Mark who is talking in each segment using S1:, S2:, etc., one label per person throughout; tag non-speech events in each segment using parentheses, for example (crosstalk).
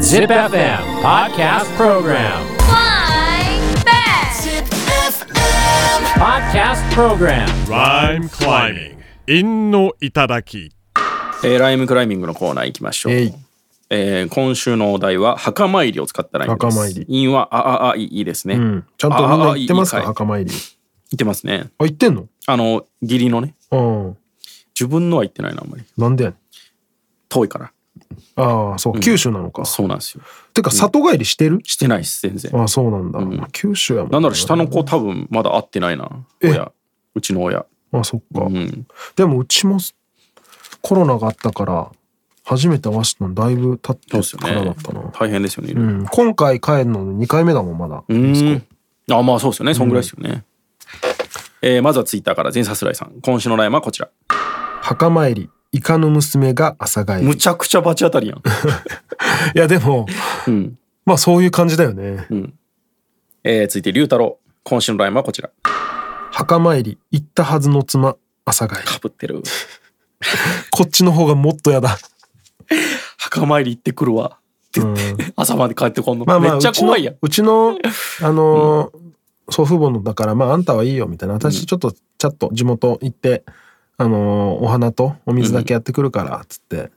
S1: Zip FM Podcast Program.
S2: Flying back.
S1: Podcast Program.
S3: Rhyme climbing. 陰の頂き。
S4: えーライムクライミングのコーナー行きましょう。えー今週のお題は墓参りを使ったライムです。
S5: 墓参り
S4: 陰はあああいいですね。
S5: う
S4: 言
S5: ん、ちゃんとみんな言ってます
S4: あ
S5: か
S4: あいい
S5: 墓参り。
S4: ってますね。
S5: あ、言ってんの
S4: あの義理のね、
S5: うん。
S4: 自分のは言ってないなあんまり。
S5: なんでやねん。
S4: 遠いから。
S5: ああ、そう、九州なのか。
S4: そうなんですよ。
S5: てか、里帰りしてる
S4: してないです全然。
S5: ああ、そうなんだ。
S4: ん
S5: 九州やもん。
S4: なんなら下の子多分まだ会ってないな。
S5: え
S4: 親。うちの親。
S5: ああ、そっか。
S4: うん。
S5: でも、うちもコロナがあったから、初めて会わしたのだいぶ経
S4: そうで
S5: っ
S4: す
S5: て
S4: よ
S5: からだ
S4: ね
S5: ったな。。
S4: 大変ですよね。
S5: う、
S4: うん
S5: 今回帰るの2回目だもん、まだ。
S4: ーん。あまあそうですよね。そんぐらいですよね。えーまずはツイッターから全さすらいさん。今週のライムはこちら。
S5: 墓参り、イカの娘が朝帰り。
S4: む
S5: い
S4: ちゃくちゃ罰当たりやん。
S5: や、でも、
S4: うん。
S5: まあ、そういう感じだよね。
S4: えー、続いて龍太郎今週のラインはこちら
S5: 墓参り、行ったはずの妻、朝帰り。
S4: かぶってる
S5: こっちの方がもっとやだ。
S4: (laughs) 墓参り行ってくるわ
S5: うん
S4: 朝まで帰ってこんの、
S5: まあまあ、
S4: めっちゃ怖いやん
S5: うち
S4: (laughs)
S5: の、うちのあのー祖父母の、だから、まあ、あんたはいいよ、みたいな。私、ちょっと、ちゃっと地元行って、あのーお花とお水だけやってくるから、つって、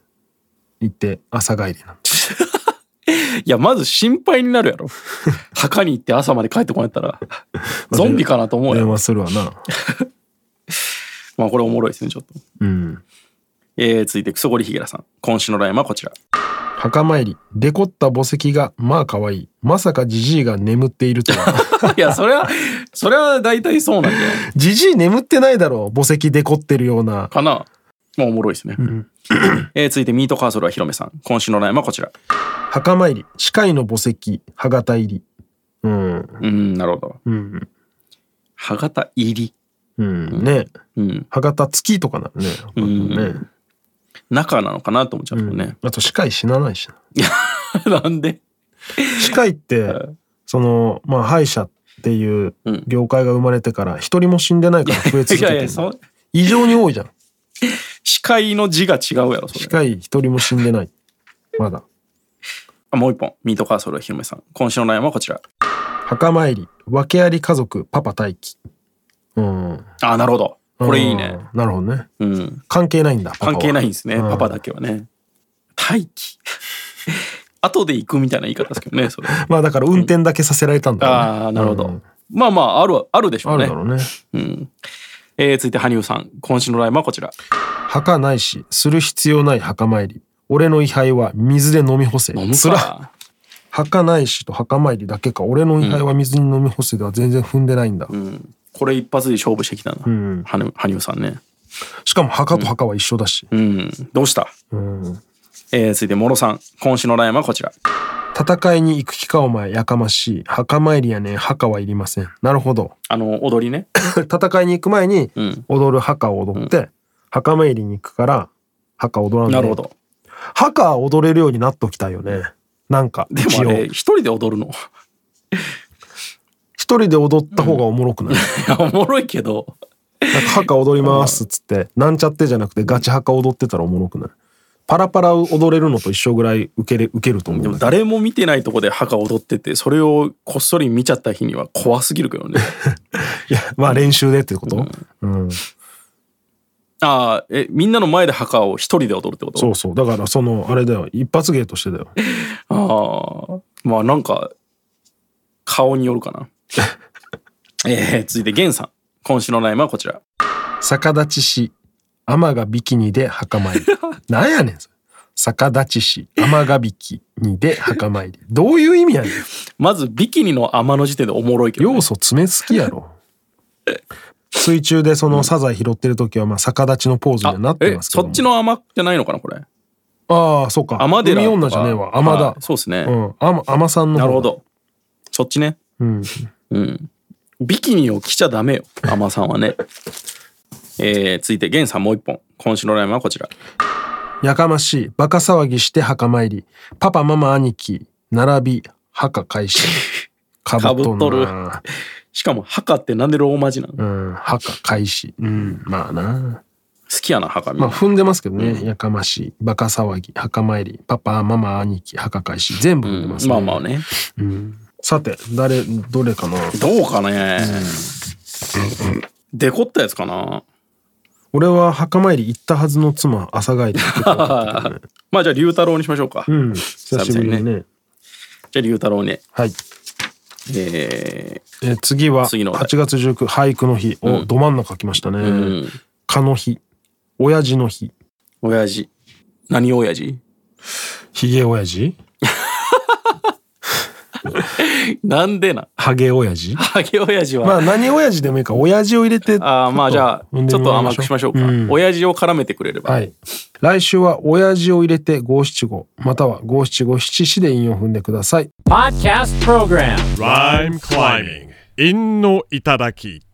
S5: 行って、朝帰りなの。
S4: いやまず心配になるやろ墓に行って朝まで帰ってこんやったらゾンビかなと思うや
S5: 電
S4: ん
S5: 話するわな。
S4: まあこれおもろいですねちょっと、
S5: うん。
S4: えー、続いてクソゴリヒゲラさん今週のラインはこ (laughs) ちら
S5: 墓参り、デコった墓石が、まあ、可愛い。まさかジジイが眠っていると
S4: (laughs)
S5: は。
S4: いやそれはそれは大体そうなんだよ
S5: ジジイ眠ってないだろう、墓石デコってるような。
S4: かなまあおもろいですね、えー、続いてミートカーソルはヒロメさん今週のラインはこちら
S5: 墓参り、歯科医の墓石、歯型入り。うん。
S4: うんなるほど
S5: うん。
S4: 歯型入り
S5: うん。ね。
S4: うん
S5: 歯型付きとかなのね。
S4: ん
S5: ね
S4: 中なのかなと思っちゃうけどね、
S5: あと歯科医死なないし
S4: (laughs)
S5: な。
S4: なんで
S5: 歯科医って、その、まあ、歯医者っていう
S4: うん
S5: 業界が生まれてから一人も死んでないから増え続
S4: (laughs)
S5: け
S4: い
S5: て
S4: や
S5: る
S4: いや、そ
S5: 異常に多いじゃん。
S4: 司会の字が違うやろ、そ
S5: 歯
S4: れ。
S5: 科医一人も死んでない。まだ。
S4: あもう一本、ミートカーソルはひろめさん。今週の悩みはこちら。
S5: 墓参り、訳あり家族、パパ待機。うん。
S4: あ、なるほど。これいいね。
S5: うん。なるほどね。
S4: うん。
S5: 関係ないんだ。パパは
S4: 関係ないんですね、
S5: うん
S4: パパだけはね。待機。 (laughs) 後で行くみたいな言い方ですけどね、それ。
S5: まあだから運転だけさせられたんだろうね、
S4: ああ、なるほど。
S5: うん
S4: まあまあ、ある、あるでしょ
S5: あ
S4: う
S5: る
S4: ね。
S5: だろうね。
S4: うん。えー、続いて、羽生さん。今週の悩みはこちら。
S5: 墓ないし、する必要ない墓参り。俺の位牌は水で飲み干せ。
S4: 飲む
S5: つらっ
S4: か。
S5: 墓ないしと墓参りだけか俺の位牌は水に飲み干せでは全然踏んでないんだ、
S4: うん。これ一発で勝負してきたな。
S5: ん
S4: 羽生羽生さんね。
S5: しかも墓と墓は一緒だし、
S4: うん。どうした
S5: うん
S4: えー、続いて、もろさん。今週の悩みはこちら。
S5: 戦いに行く気かお前やかましい墓参りやねん墓はいりませんなるほど (laughs)
S4: あの、踊りね。
S5: 戦いに行く前に
S4: うん。
S5: 踊る墓を踊って、墓参りに行くから墓踊らない
S4: なるほど。
S5: 墓は踊れるようになっときたいよねなんか
S4: で
S5: 一
S4: もあれ、
S5: 応
S4: 一人で踊るの。い (laughs)
S5: 一人で踊った方がおもろくない、
S4: や、おもろいけど。
S5: なんか墓踊りますっつって、なんちゃってじゃなくてガチ墓踊ってたらおもろくない。パラパラ踊れるのと一緒ぐらい受けれ、受けると思
S4: で
S5: うん
S4: も
S5: だけど。
S4: 誰も見てないとこで墓踊ってて、それをこっそり見ちゃった日には怖すぎるけど
S5: (laughs)
S4: ね。
S5: いや、まあ練習でってこと、うん、
S4: ああ、え、みんなの前で墓を一人で踊るってこと
S5: そうそう。だからその、あれだよ。一発芸としてだよ。
S4: ああ。まあなんか、顔によるか
S5: (laughs)
S4: な。えー、続いて、ゲンさん。今週のラインはこちら。
S5: 逆立ちし、天がビキニで墓参り。なんやねん、それ。逆立ちし、天がビキニで墓参り。どういう意味やねん。
S4: まず、ビキニの天の時点でおもろいけどね、
S5: 要素詰めすぎやろ。水中でそのサザエ拾ってる時はまあ逆立ちのポーズにはな
S4: あ
S5: っ、て
S4: え、
S5: ますけど
S4: そ
S5: も
S4: っちの天じゃないのかな、これ。
S5: ああ、そうか。
S4: 天寺とか。
S5: 海女じゃねえわ。天だ
S4: あ。そうですね。
S5: うん。天、天さんの方
S4: な
S5: だ。
S4: るほど。そっちね。
S5: うん。
S4: うん。ビキニを着ちゃダメよ、アマさんはね。 (laughs) えー、続いて、ゲンさんもう一本。今週のラインはこちら。
S5: やかましい。バカ騒ぎして墓参り。パパ、ママ、兄貴、並び、墓
S4: (laughs)
S5: 開始。かぶっとんな。
S4: しかも、墓ってなんでローマ字なの
S5: うん。墓開始。うん。まあな。
S4: きやな、墓見
S5: まあ、踏んでますけどね、やかましい、バカ騒ぎ、墓参り、パパ、ママ、兄貴、墓返し、全部踏んでます、ね
S4: まあまあね。
S5: さて、誰、どれかな。
S4: どうかね。デコったやつかな。
S5: 俺は墓参り行ったはずの妻、朝帰りってこと
S4: (laughs)
S5: だったけどね。
S4: まあじゃあ、龍太郎にしましょうか。
S5: うん、久しぶりにね。
S4: じゃあ、龍太郎に。
S5: はい。
S4: え
S5: えー次は
S4: 次のお題
S5: 8月19俳句の日をど真ん中来ましたね。
S4: ん
S5: 蚊の日、親父の日、
S4: ー、親父。何親父
S5: ひげ親父、
S4: なんでな。
S5: ハゲ親父。
S4: ハゲ親父は。
S5: まあ何親父でもいいから親父を入れて
S4: ああまあじゃあ
S5: 呼ん
S4: ち
S5: で
S4: ょっ
S5: もら
S4: と
S5: い
S4: 甘くしましょうか、
S5: ん
S4: 親父を絡めてくれれば、
S5: はい。来週は親父を入れて五七五または五七五七四で韻を踏んでください。
S1: Podcast Program.
S3: Rhyme climbing. 陰の頂き。